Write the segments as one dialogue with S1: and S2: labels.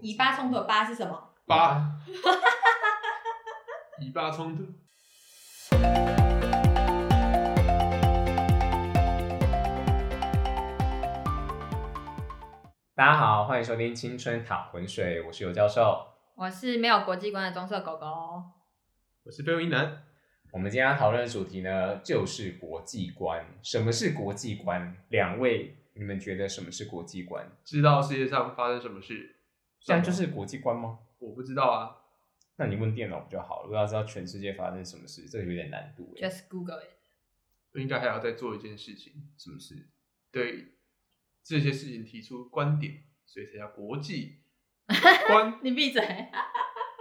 S1: 以巴冲突的巴是什么？
S2: 八，以巴冲突。
S3: 大家好，欢迎收听《青春淌浑水》，我是尤教授。
S1: 我是没有国际观的棕色狗哦狗。
S2: 我是贝维南，
S3: 我们今天要讨论的主题呢，就是国际观。什么是国际观？两位，你们觉得什么是国际观？
S2: 知道世界上发生什么事？
S3: 这样就是国际观吗？
S2: 我不知道啊。
S3: 那你问电脑不就好了？如果要知道全世界发生什么事，这个有点难度哎。
S1: Just Google it。
S2: 应该还要再做一件事情，
S3: 什么事？
S2: 对这些事情提出观点，所以才叫国际观，
S1: 你闭嘴！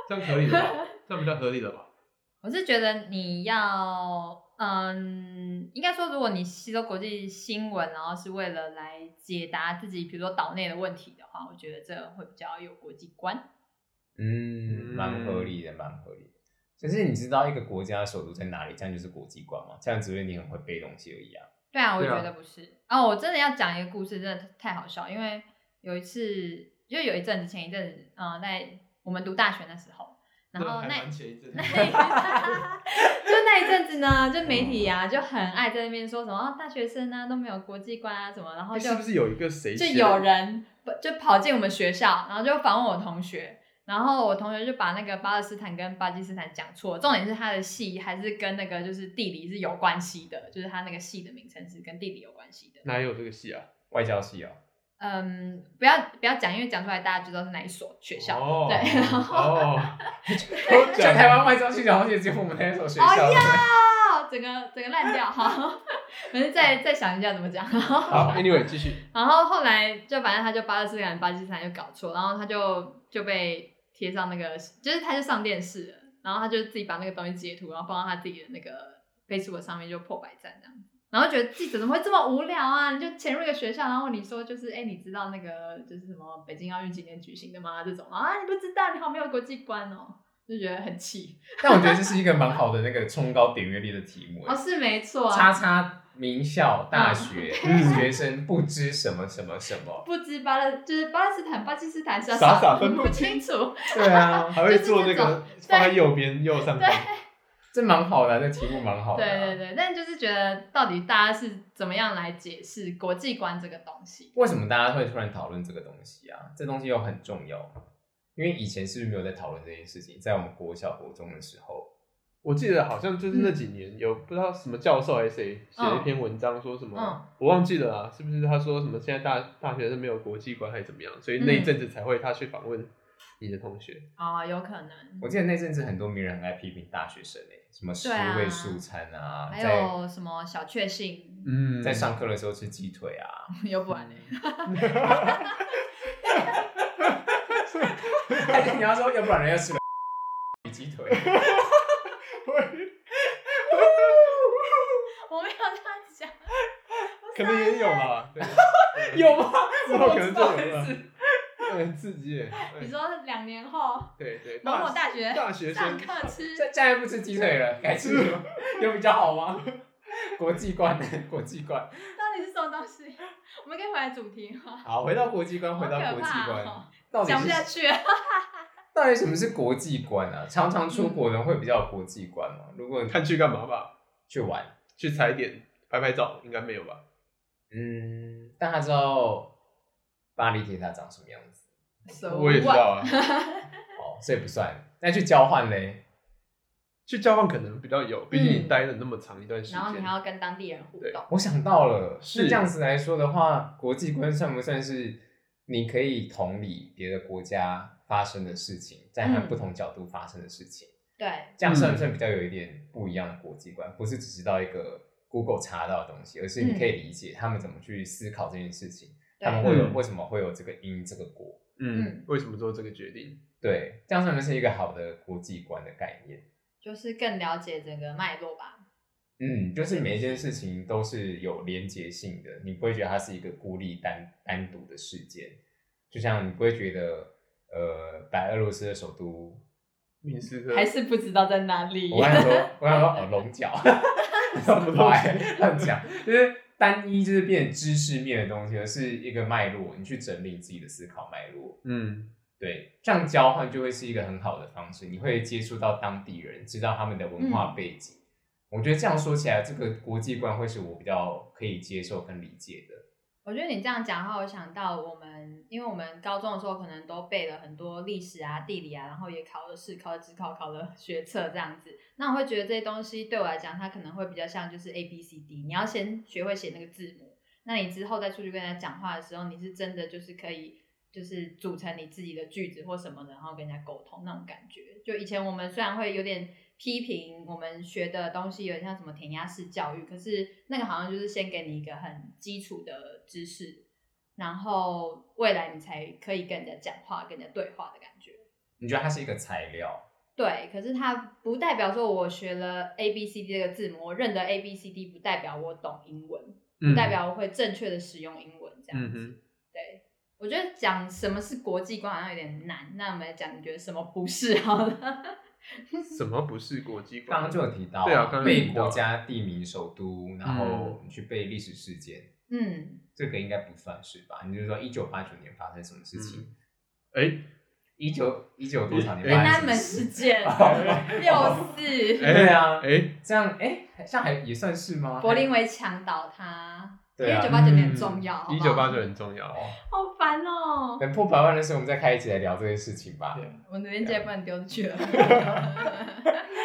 S2: 这样合理了吧？这样比较合理了吧？
S1: 我是觉得你要，嗯，应该说，如果你吸收国际新闻，然后是为了来解答自己，比如说岛内的问题的话，我觉得这会比较有国际观。
S3: 嗯，蛮合理的，蛮合理的。就是你知道一个国家的首都在哪里，这样就是国际观嘛？这样只是你很会背东西而已啊。
S1: 对啊，我
S2: 对啊
S1: 觉得不是。哦，我真的要讲一个故事，真的太好笑。因为有一次，就有一阵子，前一阵子，嗯、在我们读大学的时候，然后
S2: 还
S1: 那
S2: 蛮前一阵子
S1: 那一 就那一阵子呢，就媒体
S2: 嗯
S1: 啊就很爱在那边说什么、啊、大学生啊都没有国际观啊什么，然 后就是
S2: 不是有一个谁
S1: 就
S2: 先
S1: 有人不就跑进我们学校，然后就访问我同学，然后我同学就把那个巴勒斯坦跟巴基斯坦讲错，重点是他的系还是跟那个就是地理是有关系的，就是他那个系的名称是跟地理有关系的。
S2: 哪有这个戏啊？
S3: 外交系哦，
S1: 嗯，不要不要讲，因为讲出来大家就知道是哪一所学校。
S2: 哦
S1: 对然
S2: 哦，
S3: 就台湾外交系，然后也只有我们那所学校。
S1: 哎呀，整个整个烂掉，好，我们再再想一下怎么讲。
S2: 好，Anyway，继续。
S1: 然后后来就反正他就巴勒斯坦、巴基斯坦就搞错，然后他就就被贴上那个，就是他就上电视了，然后他就自己把那个东西截图，然后放到他自己的那个 Facebook 上面就破百赞这样子。然后觉得记者怎么会这么无聊啊？你就潜入一个学校，然后你说就是哎，你知道那个就是什么北京奥运今年举行的吗？这种啊，你不知道，你好没有国际观哦，就觉得很气。
S3: 但我觉得这是一个蛮好的那个冲高点阅率的题目。欸
S1: 哦，是哦没错
S3: 叉
S1: 啊，
S3: 叉名校大学学生不知什么什么什么。
S1: 不知巴勒就是巴勒斯坦、巴基斯坦是要
S2: 傻傻
S1: 啥
S2: 分不
S1: 不清楚。
S3: 对啊，
S2: 还会做那个放在右边右上方，
S3: 这蛮好的啊、这题目蛮好的、
S1: 对对。对，但就是觉得到底大家是怎么样来解释国际观这个东西？
S3: 为什么大家会突然讨论这个东西啊？这东西又很重要，因为以前是不是没有在讨论这件事情？在我们国小国中的时候，
S2: 我记得好像
S1: 嗯
S2: 就是那几年有不知道什么教授还是谁写了一篇文章，说什么、
S1: 嗯
S2: 我忘记了啊，是不是他说什么现在大大学生没有国际观还是怎么样，所以
S1: 嗯
S2: 那一阵子才会他去访问你的同学，
S1: 哦，有可能
S3: 我。记得那阵子很多名人很爱批评大学生诶、什么十
S1: 对啊
S3: 位素餐啊，
S1: 还
S3: 在
S1: 有什么小确幸
S2: 嗯
S3: 在上课的时候吃鸡腿啊，
S1: 又不然呢？
S3: 还是你要说，要不然人家吃了鸡腿，
S1: 我没有这样
S2: 可能也有 吧，对
S3: 有吗？
S2: 之后可能就
S3: 我不知
S2: 有
S3: 道
S2: 了
S3: 是，
S2: 很刺激耶，哎
S1: 讲。你说两年后
S2: 对对，
S1: 某某
S2: 大
S1: 大学
S2: 大学
S1: 上
S2: 生
S1: 课吃，
S3: 现现在不吃鸡腿了，改吃牛有 比较好吗？国际观， 国际观。
S1: 到底是什么东西？我们可以回来主题吗？
S3: 好，回到国际观，
S1: 好
S3: 回到
S1: 可
S3: 国际
S1: 怕
S3: 观，
S1: 哦
S3: 到底
S1: 讲不下
S3: 是
S1: 去了。
S3: 到底什么是国际观啊？常常出
S1: 嗯
S3: 国人会比较有国际观嘛？如果你
S2: 看去干嘛吧，
S3: 去玩，
S2: 去踩点拍拍照应该没有吧，
S3: 嗯，但他知道巴黎铁塔长什么样子，
S1: So
S2: 我也知
S1: what？
S2: 道啊，
S3: 哦，所以不算。那去交换嘞？
S2: 去交换可能比较有，毕竟你
S1: 嗯
S2: 待了那么长一段时间，
S1: 然后你还要跟当地人互
S2: 对
S1: 动。
S3: 我想到了，
S2: 是
S3: 那这样子来说的话，国际观算不算是你可以同理别的国家发生的事情，在它
S1: 嗯
S3: 不同角度发生的事情？
S1: 对，
S3: 这样算不算比较有一点不一样的国际观？不是只知道一个 Google 查到的东西，而是你可以理解他们怎么去思考这件事情，
S1: 对
S3: 他们会有、
S2: 嗯
S3: 为什么会有这个因这个果？
S2: 嗯
S1: 嗯，
S2: 为什么做这个决定？
S3: 对，这样算不算是一个好的国际观的概念？
S1: 就是更了解整个脉络吧。
S3: 嗯，就是每一件事情都是有连结性的，你不会觉得它是一个孤立单单独的事件，就像你不会觉得呃，白俄罗斯的首都，
S2: 明斯克
S1: 还是不知道在哪里。
S3: 我想说，我想说哦，龙角，什么东西乱讲，就是单一就是变知识面的东西，而是一个脉络，你去整理自己的思考脉络。
S2: 嗯，
S3: 对，这样交换就会是一个很好的方式，你会接触到当地人，知道他们的文化
S1: 嗯
S3: 背景。我觉得这样说起来，这个国际观会是我比较可以接受跟理解的。
S1: 我觉得你这样讲的话，我想到我们，因为我们高中的时候可能都背了很多历史啊、地理啊，然后也考了试、考了职考、考了 学测这样子。那我会觉得这些东西对我来讲，它可能会比较像就是 A B C D，你要先学会写那个字母，那你之后再出去跟人家讲话的时候，你是真的就是可以就是组成你自己的句子或什么的，然后跟人家沟通那种感觉。就以前我们虽然会有点批评我们学的东西，有点像什么填鸭式教育，可是那个好像就是先给你一个很基础的知识，然后未来你才可以跟人家讲话、跟人家对话的感觉。
S3: 你觉得它是一个材料？
S1: 对，可是它不代表说我学了 A B C D 这个字母，我认得 A B C D，不代表我懂英文，不
S2: 嗯
S1: 代表我会正确的使用英文这样子。
S2: 嗯哼
S1: 对，我觉得讲什么是国际观好像有点难，那我们来讲你觉得什么不是好了？
S2: 什么不是国际
S3: 刚
S2: 观？
S3: 刚就有提到，
S2: 对啊刚刚有
S3: 背
S2: 提到
S3: 国家、地名、首都，然后你去背历史事件，
S1: 嗯，
S3: 这个应该不算是吧？你就是说一九八九年发生什么事
S1: 嗯
S3: 情？
S2: 哎
S3: 一九一九多少年
S2: 哎
S3: 发
S1: 南
S3: 生什么
S1: 门
S3: 事
S1: 事？件六四，
S2: 哎
S3: 对啊，
S2: 哎，
S3: 这样哎，像还也算是吗？
S1: 柏林围墙倒塌，因
S3: 对
S1: 为
S3: 啊
S1: 九八九年很重要，
S2: 一九八九
S1: 九，
S2: 很重要。
S1: 好烦哦、
S3: 等破百万的时候，我们再开一集来聊这件事情吧。
S2: 对
S1: 我那边竟然不能丢出去了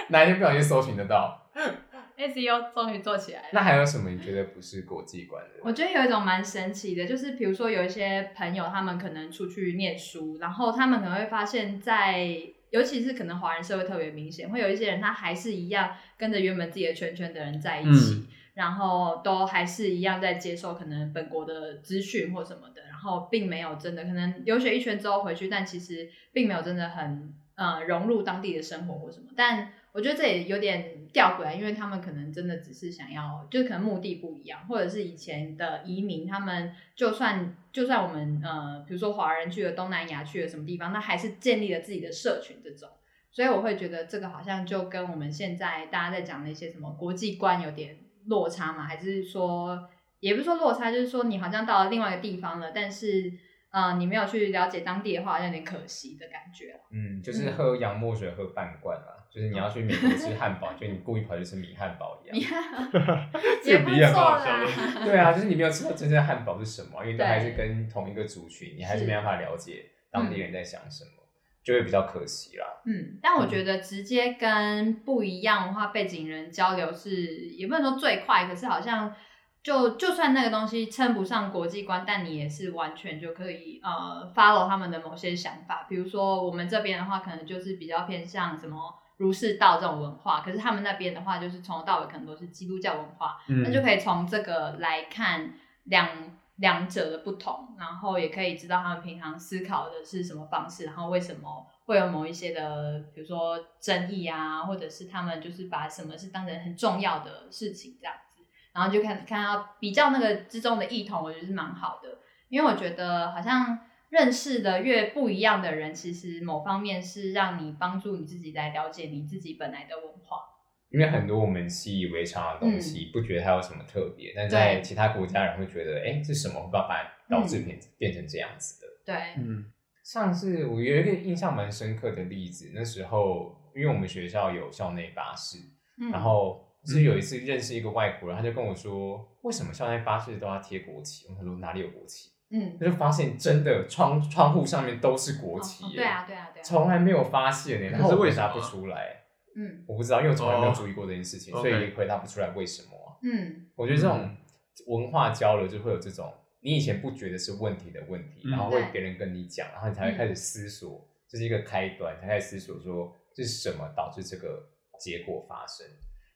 S3: 哪一天不小心搜寻得到？
S1: ，SEO E 终于做起来了。
S3: 那还有什么你觉得不是国际观的？
S1: 我觉得有一种蛮神奇的，就是比如说有一些朋友，他们可能出去念书，然后他们可能会发现在，尤其是可能华人社会特别明显，会有一些人他还是一样跟着原本自己的圈圈的人在一起，
S2: 嗯
S1: 然后都还是一样在接受可能本国的资讯或什么的，然后并没有真的可能留学一圈之后回去，但其实并没有真的很呃融入当地的生活或什么。但我觉得这也有点吊诡啊，因为他们可能真的只是想要，就是可能目的不一样，或者是以前的移民，他们就算就算我们呃，比如说华人去了东南亚去了什么地方，那还是建立了自己的社群这种。所以我会觉得这个好像就跟我们现在大家在讲那些什么国际观有点落差嘛，还是说也不是说落差，就是说你好像到了另外一个地方了，但是呃你没有去了解当地的话，好像有点可惜的感觉了。
S3: 嗯，就是喝洋墨水喝半罐啦，就是你要去美国吃汉 堡，就你故意跑去吃米汉堡一
S1: 你
S3: 样。
S1: 看
S2: 这
S1: 也
S2: 个
S1: 不
S2: 比喻
S1: 错
S2: 很好笑
S1: 啦，
S3: 对啊，就是你没有吃到真正的汉堡是什么，因为都
S1: 对
S3: 还是跟同一个族群，你还是没办法了解当地人在想什么，就会比较可惜啦。
S1: 嗯，但我觉得直接跟不一样文化背景人交流是，也不能说最快，可是好像就就算那个东西称不上国际观，但你也是完全就可以呃 follow 他们的某些想法。比如说我们这边的话，可能就是比较偏向什么儒释道这种文化，可是他们那边的话，就是从头到尾可能都是基督教文化，
S2: 嗯
S1: 那就可以从这个来看两两者的不同，然后也可以知道他们平常思考的是什么方式，然后为什么会有某一些的，比如说争议啊，或者是他们就是把什么是当成很重要的事情这样子，然后就看看到比较那个之中的异同，我觉得是蛮好的，因为我觉得好像。认识的越不一样的人，其实某方面是让你帮助你自己来了解你自己本来的文化。
S3: 因为很多我们习以为常的东西，不觉得它有什么特别，但在其他国家人会觉得，哎，这什么会把它导致变变成这样子的。
S1: 对，
S2: 嗯
S3: 像是我有一个印象蛮深刻的例子，那时候因为我们学校有校内巴士，
S1: 嗯
S3: 然后是有一次认识一个外国人，他就跟我说，为什么校内巴士都要贴国旗？我想说哪里有国旗？
S1: 嗯，
S3: 他就发现真的窗窗户上面都是国旗、
S1: 哦哦对，啊，对啊，对啊，
S3: 从来没有发现呢、
S2: 可是
S3: 然后我
S2: 为
S3: 回
S2: 什么
S3: 答
S2: 啊
S3: 不出来，
S1: 嗯
S3: 我不知道，因为我从来没有
S2: 哦
S3: 注意过这件事情，
S2: OK
S3: 所以回答不出来为什么啊、
S1: 嗯
S3: 我觉得这种文化交流就会有这种你以前不觉得是问题的问题，
S2: 嗯
S3: 然后会
S1: 对嗯
S3: 别人跟你讲，然后你才会开始思索，这是一个开端，才开始思索说这是什么导致这个结果发生。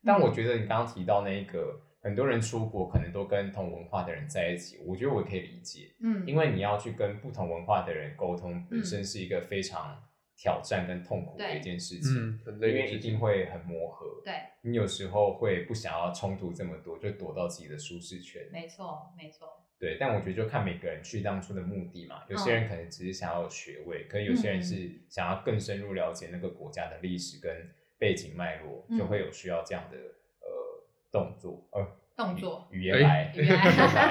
S3: 但
S1: 嗯
S3: 我觉得你刚刚提到那一个，很多人出国可能都跟同文化的人在一起，我觉得我可以理解，
S1: 嗯，
S3: 因为你要去跟不同文化的人沟通，本
S1: 嗯
S3: 身是一个非常挑战跟痛苦的
S1: 对
S3: 一件事情，
S2: 嗯，很
S3: 因
S2: 累
S3: 为
S2: 的
S3: 一
S2: 事
S3: 定
S2: 情。
S3: 会很磨合。
S1: 对，
S3: 你有时候会不想要冲突这么多，就躲到自己的舒适圈。
S1: 没错，没错，
S3: 对，但我觉得就看每个人去当初的目的嘛。有些
S1: 嗯
S3: 人可能只是想要有学位，可能有些人是想要更深入了解那个国家的历史跟背景脉络，
S1: 嗯
S3: 就会有需要这样的呃动作呃
S1: 动作，
S3: 语言白，
S1: 语 言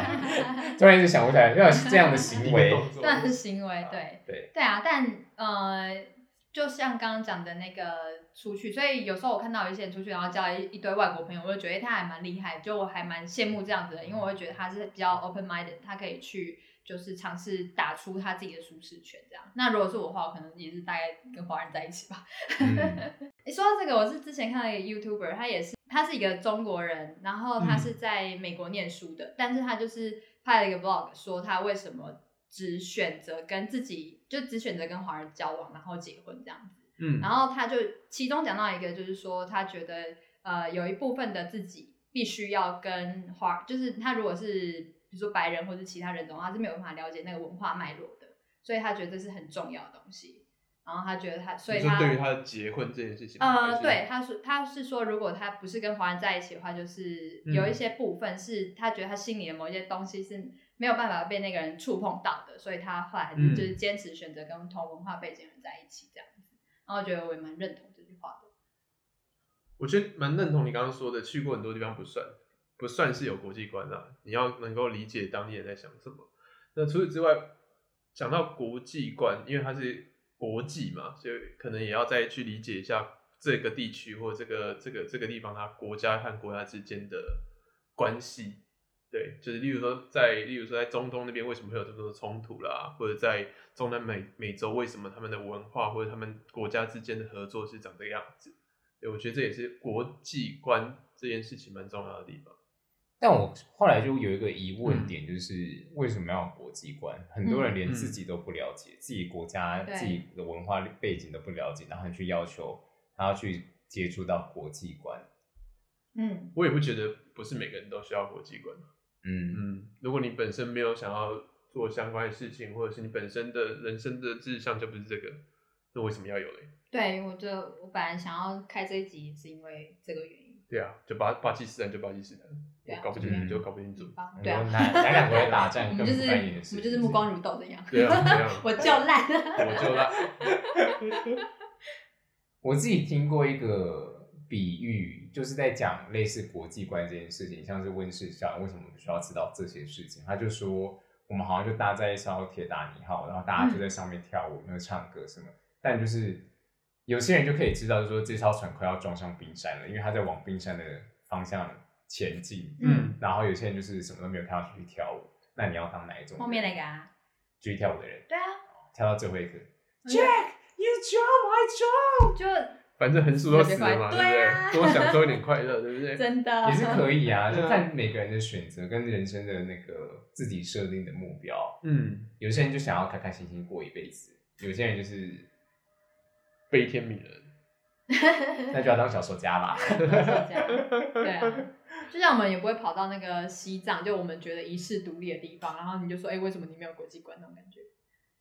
S1: 白
S3: 突然一直想不起来，要是这样的
S2: 一
S3: 行
S2: 个
S3: 为，
S2: 动作，
S1: 但是行为对
S3: 对，
S1: 对啊，但呃，就像刚刚讲的那个出去，所以有时候我看到有一些人出去，然后交一一堆外国朋友，我就觉得诶他还蛮厉害，就我还蛮羡慕这样子的，因为我会觉得他是比较 open minded，他可以去就是尝试打出他自己的舒适圈这样。那如果是我的话，我可能也是大概跟华人在一起吧。
S3: 嗯
S1: 诶说到这个，我是之前看到一个 YouTuber，他也是，他是一个中国人，然后
S2: 嗯
S1: 他是在美国念书的，但是他就是拍了一个 vlog，说他为什么只选择跟自己，就只选择跟华人交往，然后结婚这样子。
S2: 嗯，
S1: 然后他就其中讲到一个，就是说他觉得呃有一部分的自己必须要跟华，就是他如果是比如说白人或者其他人种，他是没有办法了解那个文化脉络的，所以他觉得这是很重要的东西。然后他觉得他，所以
S2: 你说
S1: 他
S2: 对于他的结婚这件事情，还
S1: 呃，
S2: 是
S1: 对，，他说他是说，如果他不是跟华人在一起的话，就是
S2: 嗯
S1: 有一些部分是他觉得他心里的某一些东西是没有办法被那个人触碰到的，所以他后来还是
S2: 嗯
S1: 就是坚持选择跟同文化背景的人在一起这样子。然后我觉得我也蛮认同这句话的。
S2: 我觉得蛮认同你刚刚说的，去过很多地方不算不算是有国际观啊，你要能够理解当地人在想什么。那除此之外，讲到国际观，因为它是国际嘛，所以可能也要再去理解一下这个地区或这个这个这个地方它国家和国家之间的关系。对，就是例如说在，例如说在中东那边为什么会有这么多的冲突啦，或者在中南美美洲为什么他们的文化或者他们国家之间的合作是长这个样子？对，我觉得这也是国际观这件事情蛮重要的地方。
S3: 但我后来就有一个疑
S1: 嗯
S3: 问点，就是为什么要有国际观？很多人连自己都不了解，自己国家、
S1: 嗯对
S3: 自己的文化背景都不了解，然后去要求他要去接触到国际观。
S1: 嗯，
S2: 我也不觉得不是每个人都需要国际观。
S3: 嗯，
S2: 嗯，如果你本身没有想要做相关的事情，或者是你本身的人生的志向就不是这个，那为什么要有嘞？
S1: 对，我就我本来想要开这一集是因为这个原因。
S2: 对啊，就巴巴基斯坦就巴基斯坦，
S1: 对啊
S2: 我搞不清楚
S3: 嗯
S2: 就搞不 清楚。
S1: 吧
S3: 很
S1: 对
S3: 多
S1: 啊，
S3: 南南两国人打
S1: 我
S3: 仗
S1: 们
S3: 更
S1: 就
S3: 不
S1: 是
S3: 干你的
S1: 我
S3: 事，
S1: 们就是目光如豆这样。
S2: 对啊，对 啊，
S1: 我就烂。
S2: 我就烂。
S3: 我自己听过一个比喻，就是在讲类似国际观这件事情，像是温室效应，为什么我们需要知道这些事情？他就说，我们好像就搭在一艘铁达尼号，然后
S1: 嗯
S3: 大家就在上面跳舞，然后唱歌什么，但就是有些人就可以知道，就是说这艘船快要撞上冰山了，因为它在往冰山的方向前进。
S1: 嗯
S2: 嗯，
S3: 然后有些人就是什么都没有看到就去跳舞，那你要当哪一种人？
S1: 后面那个啊，
S3: 就去跳舞的人，
S1: 对啊，
S3: 跳到最后一个
S1: 嗯
S3: ，Jack，you jump，I
S1: 就
S2: 反正横竖都死了嘛，
S1: 特别快
S2: 对不
S1: 对
S2: 对？
S1: 啊
S2: 多享受一点快乐，对不对？
S1: 真的
S3: jump，也是可以 啊，
S2: 对啊
S3: 就看每个人的选择跟人生的那个自己设定的目标。
S2: 嗯，
S3: 有些人就想要开开心心过一辈子，有些人 就是
S2: 悲天悯人。
S3: 那就要当小说家啦。
S1: 就是这样。 对啊，就像我们也不会跑到那个西藏，就我们觉得一世独立的地方，然后你就说，哎、为什么你没有国际观那种感觉？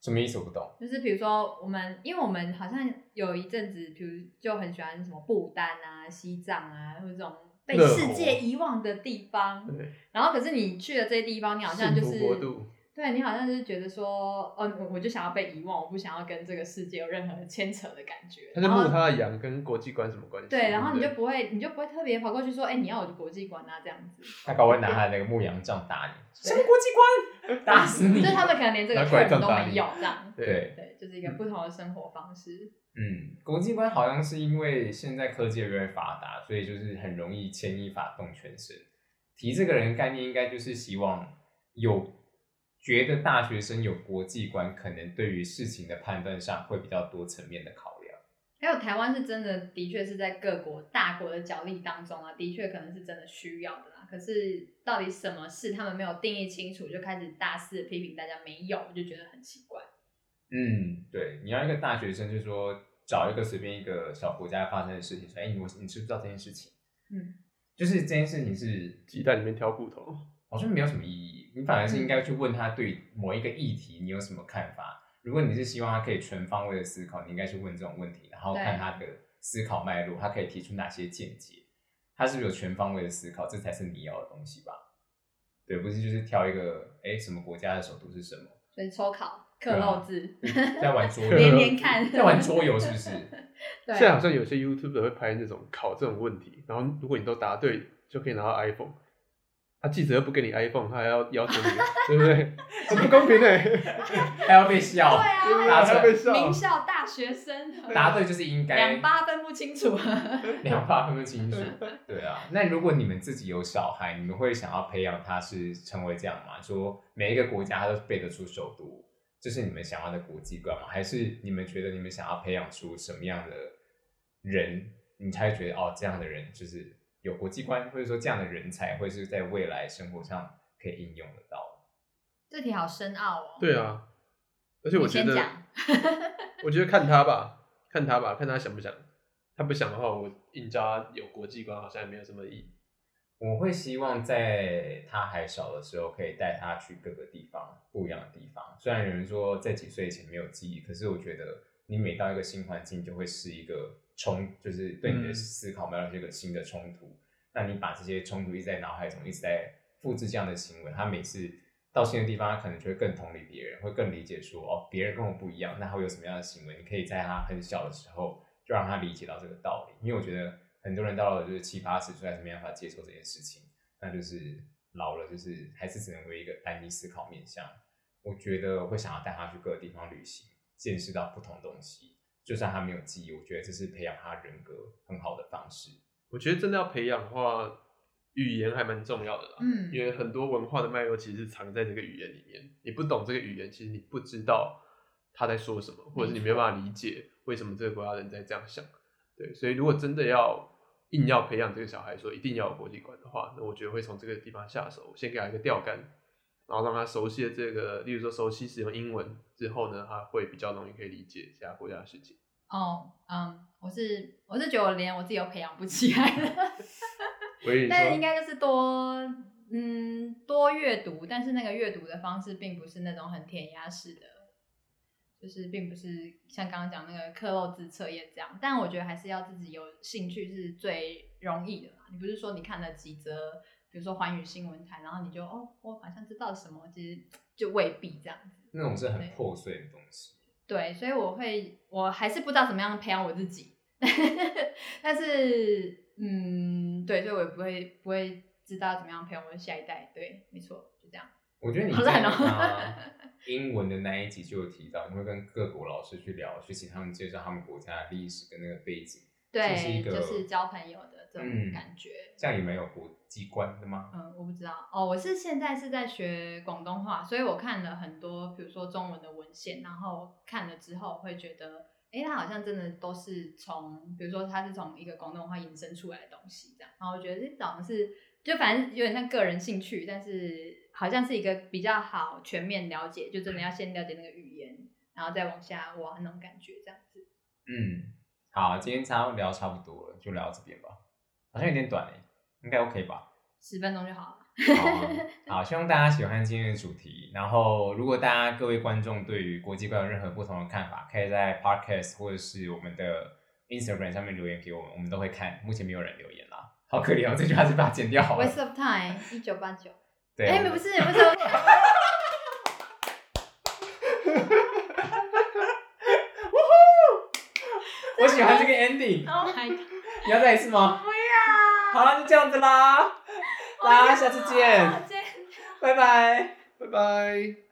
S3: 什么意思我不懂。
S1: 就是比如说我们，因为我们好像有一阵子，比如就很喜欢什么不丹啊、西藏啊，或者这种被
S2: 热火
S1: 世界遗忘的地方。
S2: 对，
S1: 然后可是你去了这些地方，你好像就
S2: 幸
S1: 是
S2: 福国度。
S1: 对你好像就是觉得说，哦，我我就想要被遗忘，我不想要跟这个世界有任何牵扯的感觉。
S2: 他在
S1: 然后
S2: 牧他的羊，跟国际观什么关系？
S1: 对，然后
S2: 不
S1: 你就不会，你就不会特别跑过去说，哎、你要我的国际观啊，这样子。
S3: 他搞完拿他的那个牧羊杖打你，
S1: 对
S3: 什么国际 观，打死你！
S1: 就是他们可能连这个
S2: 拿拐
S1: term
S2: 杖
S1: 都
S2: 打
S1: 没
S2: 你
S1: 有这样。
S2: 对，
S3: 对，
S1: 对，就是一个不同的生活方式。
S3: 嗯，国际观好像是因为现在科技越来越发达，所以就是很容易牵一发动全身。提这个人概念，应该就是希望有觉得大学生有国际观，可能对于事情的判断上会比较多层面的考量。
S1: 还有台湾是真的，的确是在各国大国的角力当中啊，的确可能是真的需要的啦。可是到底什么事他们没有定义清楚，就开始大肆批评大家没有，我就觉得很奇怪。
S3: 嗯，对，你要一个大学生，就说找一个随便一个小国家发生的事情，说，哎，你我你知不知道这件事情？
S1: 嗯，
S3: 就是这件事情是
S2: 鸡蛋里面挑骨头。
S3: 好像没有什么意义。你反而是应
S1: 嗯
S3: 该去问他对某一个议题你有什么看法。如果你是希望他可以全方位的思考，你应该去问这种问题，然后
S1: 对
S3: 看他的思考脉络，他可以提出哪些见解，他是不是有全方位的思考，这才是你要的东西吧？对，不是就是挑一个，哎，什么国家的首都是什 么，
S1: 所以抽考克漏字，
S2: 啊
S3: 在玩桌游，
S1: 连连看，
S3: 在玩桌游是不是？
S1: 对
S2: 现在好像有些 YouTube 会拍那种考这种问题，然后如果你都答对，就可以拿到 iPhone。啊，记者又不给你 iPhone，他还要 要求你，对不对？很不公平哎，
S3: 还要被笑，
S1: 对
S3: 答
S1: 啊，
S2: 他被
S3: 对，
S2: 笑。
S1: 名校大学生的
S3: 答对就是应该
S1: 两八分不清楚，
S3: 两八分不清楚。对啊，那如果你们自己有小孩，你们会想要培养他是成为这样吗？说每一个国家他都背得出首都，这是你们想要的国际观吗？还是你们觉得你们想要培养出什么样的人，你才会觉得哦，这样的人就是有国际观，或者说这样的人才会是在未来生活上可以应用得到的？
S1: 这题好深奥哦。
S2: 对啊，而且我
S1: 你
S2: 觉
S1: 先
S2: 得，
S1: 讲
S2: 我觉得看他吧，看他吧，看他想不想。他不想的话，我硬叫他有国际观，好像也没有什么意义。
S3: 我会希望在他还小的时候，可以带他去各个地方，不一样的地方。虽然有人说在几岁以前没有记忆，可是我觉得你每到一个新环境，就会是一个冲，就是对你的
S2: 嗯
S3: 思考没有这个新的冲突。那你把这些冲突一直在脑海中一直在复制这样的行为，他每次到新的地方，他可能就会更同理别人，会更理解说哦，别人跟我不一样，那他会有什么样的行为？你可以在他很小的时候就让他理解到这个道理，因为我觉得很多人到了就是七八十岁还是没办法接受这件事情，那就是老了就是还是只能为一个单一思考面向。我觉得我会想要带他去各个地方旅行，见识到不同东西，就算他没有记忆，我觉得这是培养他人格很好的方式。
S2: 我觉得真的要培养的话，语言还蛮重要的啦。
S1: 嗯
S2: 因为很多文化的脉络其实是藏在这个语言里面。你不懂这个语言，其实你不知道他在说什么，或者是你没有办法理解为什么这个国家人在这样想。对，所以如果真的要硬要培养这个小孩说一定要有国际观的话，那我觉得会从这个地方下手，先给他一个钓竿，然后让他熟悉了这个，例如说熟悉使用英文之后呢，他会比较容易可以理解其他国家的事情。
S1: 哦，嗯，我是我是觉得我连我自己都培养不起来了，
S2: 我也
S1: 但是应
S2: 说，
S1: 该就是多嗯多阅读，但是那个阅读的方式并不是那种很填鸭式的，就是并不是像刚刚讲那个克漏字测验这样，但我觉得还是要自己有兴趣是最容易的啦。你不是说你看了几则，比如说环宇新闻台，然后你就哦我好像知道什么，其实就未必这样子。
S3: 那种是很
S1: 对
S3: 破碎的东西。
S1: 对，所以我会，我还是不知道怎么样培养我自己， 但是，嗯，对，所以我也不会不会知道怎么样培养我的下一代。对，没错，就这样。
S3: 我觉得你
S1: 好
S3: 在
S1: 烂
S3: 那
S1: 哦
S3: 个英文的那一集就有提到，你会跟各国老师去聊，去请他们介绍他们国家的历史跟那个背景，这是一
S1: 对，
S3: 个
S1: 就是交朋友的这
S3: 嗯
S1: 种感觉。
S3: 这样也蛮有国际观的吗？
S1: 嗯，我不知道哦。我是现在是在学广东话，所以我看了很多，比如说中文的文献，然后看了之后会觉得，诶，它好像真的都是从，比如说它是从一个广东话延伸出来的东西，这样。然后我觉得这好像是，就反正有点像个人兴趣，但是好像是一个比较好全面了解，就真的要先了解那个语言，然后再往下挖那种感觉，这样子。
S3: 嗯，好，今天差不多聊差不多了，就聊到这边吧，好像有点短诶、欸应该 OK 吧？
S1: 十分钟就好了。
S3: 好啊、好，希望大家喜欢今天的主题。然后，如果大家各位观众对于国际观有任何不同的看法，可以在 Podcast 或者是我们的 Instagram 上面留言给我们，我们都会看。目前没有人留言啦，好可怜哦，这句话是把它剪掉好了。
S1: Waste of time，一九八九。
S3: 对，啊
S1: 哎，不是不是。
S3: 我哦喜欢这个 ending，
S1: Oh my god！
S3: 你要再一次吗？
S1: 不要，
S3: 好了，就这哦样子啦，大家下次见，
S1: 再见。
S3: 拜拜。
S2: 拜拜。